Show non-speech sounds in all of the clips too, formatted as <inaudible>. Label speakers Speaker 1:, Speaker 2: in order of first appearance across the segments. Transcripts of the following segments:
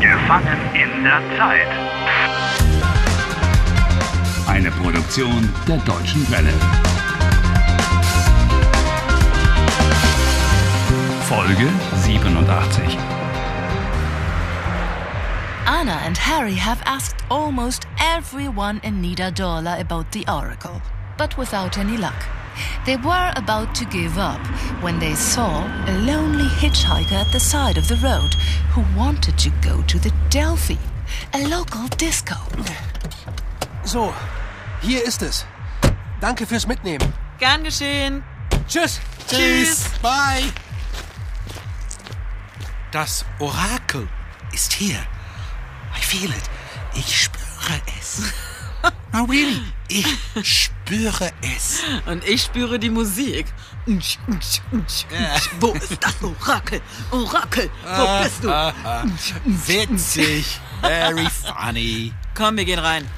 Speaker 1: Gefangen in der Zeit.
Speaker 2: Eine Produktion der Deutschen Welle. Folge 87.
Speaker 3: Anna and Harry have asked almost everyone in Nidadorla about the oracle, but without any luck. They were about to give up when they saw a lonely hitchhiker at the side of the road who wanted to go to the Delphi, a local disco.
Speaker 4: So, hier ist es. Danke fürs Mitnehmen.
Speaker 5: Gern geschehen.
Speaker 4: Tschüss.
Speaker 5: Tschüss.
Speaker 4: Bye.
Speaker 6: Das Orakel ist hier. I feel it. Ich spüre <laughs> es. No, really. Ich spüre es.
Speaker 5: Und ich spüre die Musik. Unsch, unsch, unsch, unsch. <laughs> Wo ist das Orakel? Orakel, wo bist du?
Speaker 6: <laughs> Witzig. Very funny.
Speaker 5: Komm, wir gehen rein.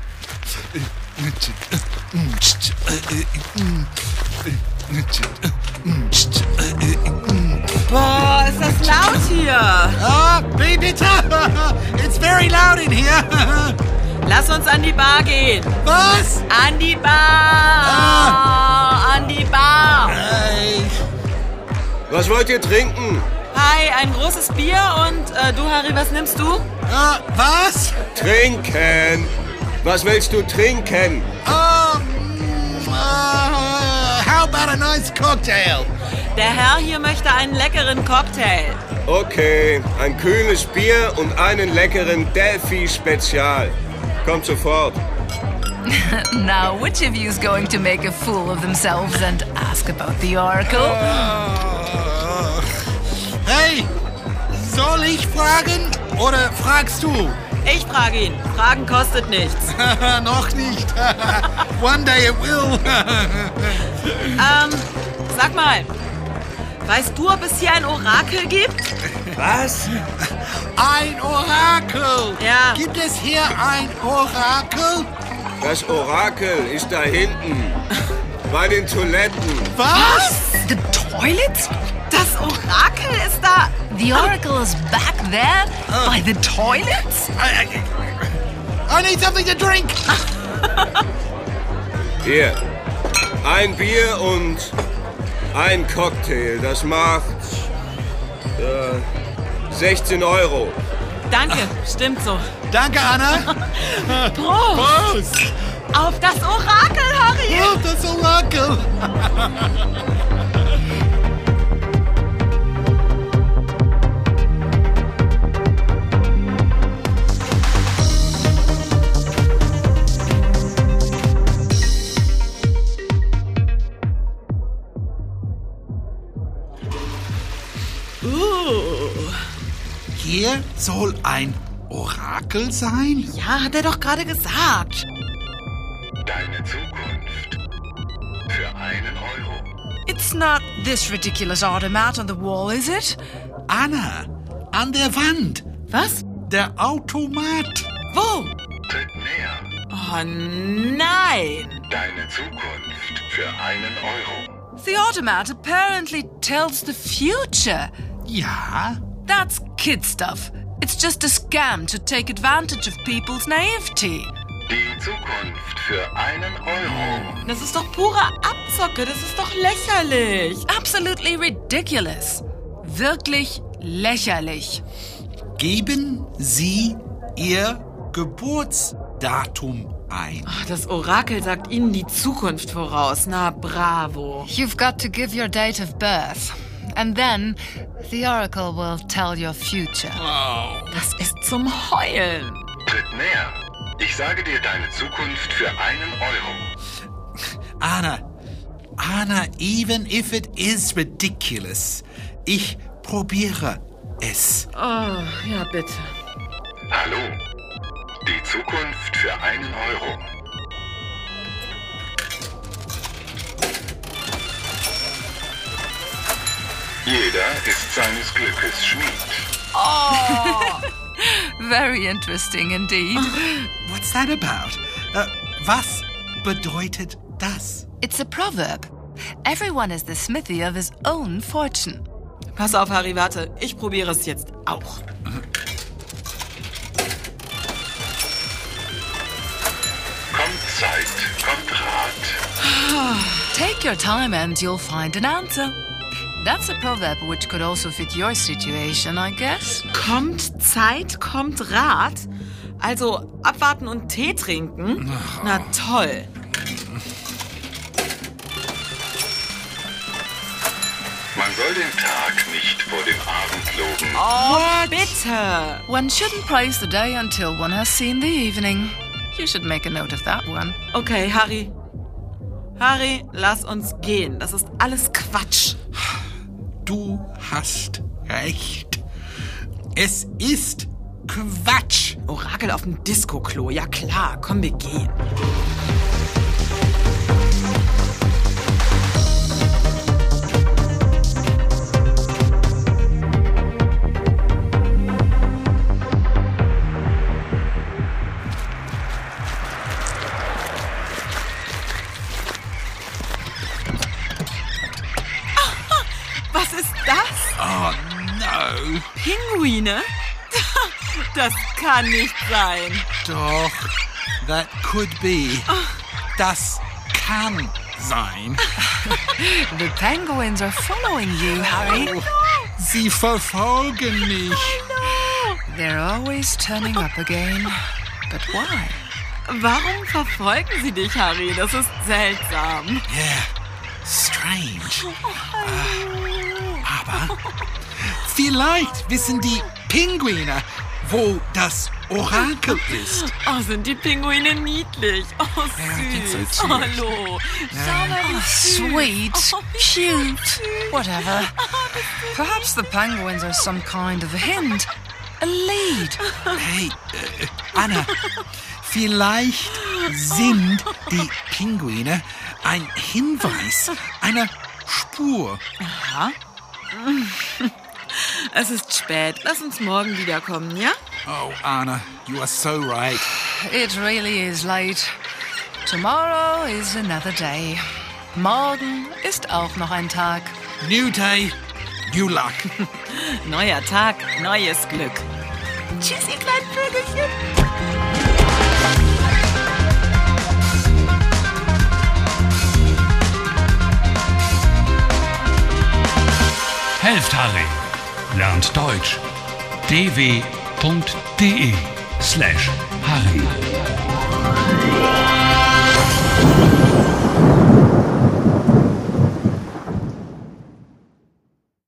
Speaker 5: Boah, ist das laut hier.
Speaker 6: Ah, bitte. <laughs> It's very loud in here. <laughs>
Speaker 5: Lass uns an die Bar gehen.
Speaker 6: Was?
Speaker 5: An die Bar. An die Bar.
Speaker 6: Ey.
Speaker 7: Was wollt ihr trinken?
Speaker 5: Hi, ein großes Bier und äh, du, Harry, was nimmst du?
Speaker 6: Ah, was?
Speaker 7: Trinken! Was willst du trinken?
Speaker 6: Ah, mm, ah, how about a nice cocktail?
Speaker 5: Der Herr hier möchte einen leckeren Cocktail.
Speaker 7: Okay, ein kühles Bier und einen leckeren Delphi-Spezial. Kommt sofort.
Speaker 3: Now, which of you is going to make a fool of themselves and ask about the oracle?
Speaker 6: Ah. Hey, soll ich fragen oder fragst du?
Speaker 5: Ich frage ihn. Fragen kostet nichts.
Speaker 6: Noch nicht. <laughs> One day it will.
Speaker 5: Ähm, sag mal, weißt du, ob es hier ein Orakel gibt?
Speaker 7: Was?
Speaker 6: Ein Orakel.
Speaker 5: Ja.
Speaker 6: Gibt es hier ein Orakel?
Speaker 7: Das Orakel ist da hinten. Bei den Toiletten.
Speaker 6: Was?
Speaker 3: The toilets?
Speaker 5: Das Orakel ist da.
Speaker 3: The oracle is back there by the toilets?
Speaker 6: I, I, I need something to drink.
Speaker 7: Hier. Ein Bier und ein Cocktail. Das macht äh, 16 Euro.
Speaker 5: Danke, stimmt so.
Speaker 6: Danke, Anna.
Speaker 5: <laughs> Prost
Speaker 6: Was?
Speaker 5: auf das Orakel, Harry.
Speaker 6: Oh, das Orakel. Hier soll ein Orakel sein?
Speaker 5: Ja, hat er doch gerade gesagt.
Speaker 8: Deine Zukunft. Für einen Euro.
Speaker 3: It's not this ridiculous automat on the wall, is it?
Speaker 6: Anna, an der Wand,
Speaker 5: Was?
Speaker 6: der Automat.
Speaker 5: Wo?
Speaker 8: Tritt näher.
Speaker 5: Oh nein.
Speaker 8: Deine Zukunft. Für einen Euro.
Speaker 3: The automat apparently tells the future.
Speaker 6: Ja,
Speaker 3: That's kid stuff. It's just a scam to take advantage of people's naivety.
Speaker 8: Die Zukunft für einen Euro.
Speaker 5: Das ist doch pure Abzocke. Das ist doch lächerlich.
Speaker 3: Absolutely ridiculous. Wirklich lächerlich.
Speaker 6: geben Sie Ihr Geburtsdatum ein.
Speaker 5: Ach, Das Orakel sagt Ihnen die Zukunft voraus. Na, bravo.
Speaker 3: You've got to give your date of birth. And then the oracle will tell your future.
Speaker 5: Das ist zum Heulen.
Speaker 8: Tritt näher. Ich sage dir deine Zukunft für einen Euro.
Speaker 6: Anna, Anna, even if it is ridiculous, ich probiere es.
Speaker 5: Oh, ja, bitte.
Speaker 8: Hallo. Die Zukunft für einen Euro. Jeder ist seines Glückes Schmied.
Speaker 3: Very interesting indeed.
Speaker 6: What's that about? Äh, was bedeutet das?
Speaker 3: <laughs> It's a proverb. Everyone is the smithy of his own fortune.
Speaker 5: Pass auf, Harry, warte. Ich probiere es jetzt auch.
Speaker 3: Take your time and you'll find an answer. That's a proverb which could also fit your situation, I guess.
Speaker 5: Kommt Zeit, kommt Rat. Also abwarten und Tee trinken? Na toll.
Speaker 8: Man soll den Tag nicht vor dem Abend loben.
Speaker 5: Oh, Bitte.
Speaker 3: One shouldn't praise the day until one has seen the evening. You should make a note of that one.
Speaker 5: Okay, Harry. Harry, lass uns gehen. Das ist alles Quatsch.
Speaker 6: Du hast recht. Es ist Quatsch.
Speaker 5: Orakel auf dem Disco-Klo. Ja klar, komm, wir gehen. Was ist das?
Speaker 6: Oh no.
Speaker 5: Pinguine? <laughs> Das kann nicht sein.
Speaker 6: Doch, that could be. Das kann sein.
Speaker 3: The penguins are following you,
Speaker 5: Oh.
Speaker 3: Harry.
Speaker 6: Oh, Sie verfolgen mich.
Speaker 3: They're always turning up again. But why?
Speaker 5: Warum verfolgen sie dich, Harry? Das ist seltsam.
Speaker 6: Yeah, strange. Ah, aber vielleicht wissen die Pinguine, wo das Orakel ist.
Speaker 5: Oh, sind die Pinguine niedlich. Oh,
Speaker 6: die sind
Speaker 5: süß. Oh,
Speaker 6: so süß.
Speaker 5: Hallo. Schau mal, wie süß.
Speaker 3: Oh, Sweet,
Speaker 5: Oh, wie
Speaker 3: cute,
Speaker 5: süß.
Speaker 3: whatever. Perhaps the penguins are some kind of a hint, a lead.
Speaker 6: Hey, äh, Anna, vielleicht sind die Pinguine ein Hinweis, eine Spur.
Speaker 5: Es ist spät. Lass uns morgen wiederkommen, ja?
Speaker 6: Oh, Anna, you are so right.
Speaker 3: It really is late. Tomorrow is another day. Morgen ist auch noch ein Tag.
Speaker 6: New day, new luck.
Speaker 5: Neuer Tag, neues Glück.
Speaker 3: Tschüss, ihr kleinen Vögelchen.
Speaker 2: Helft Harry. Lernt Deutsch. e dw.de slash Harry.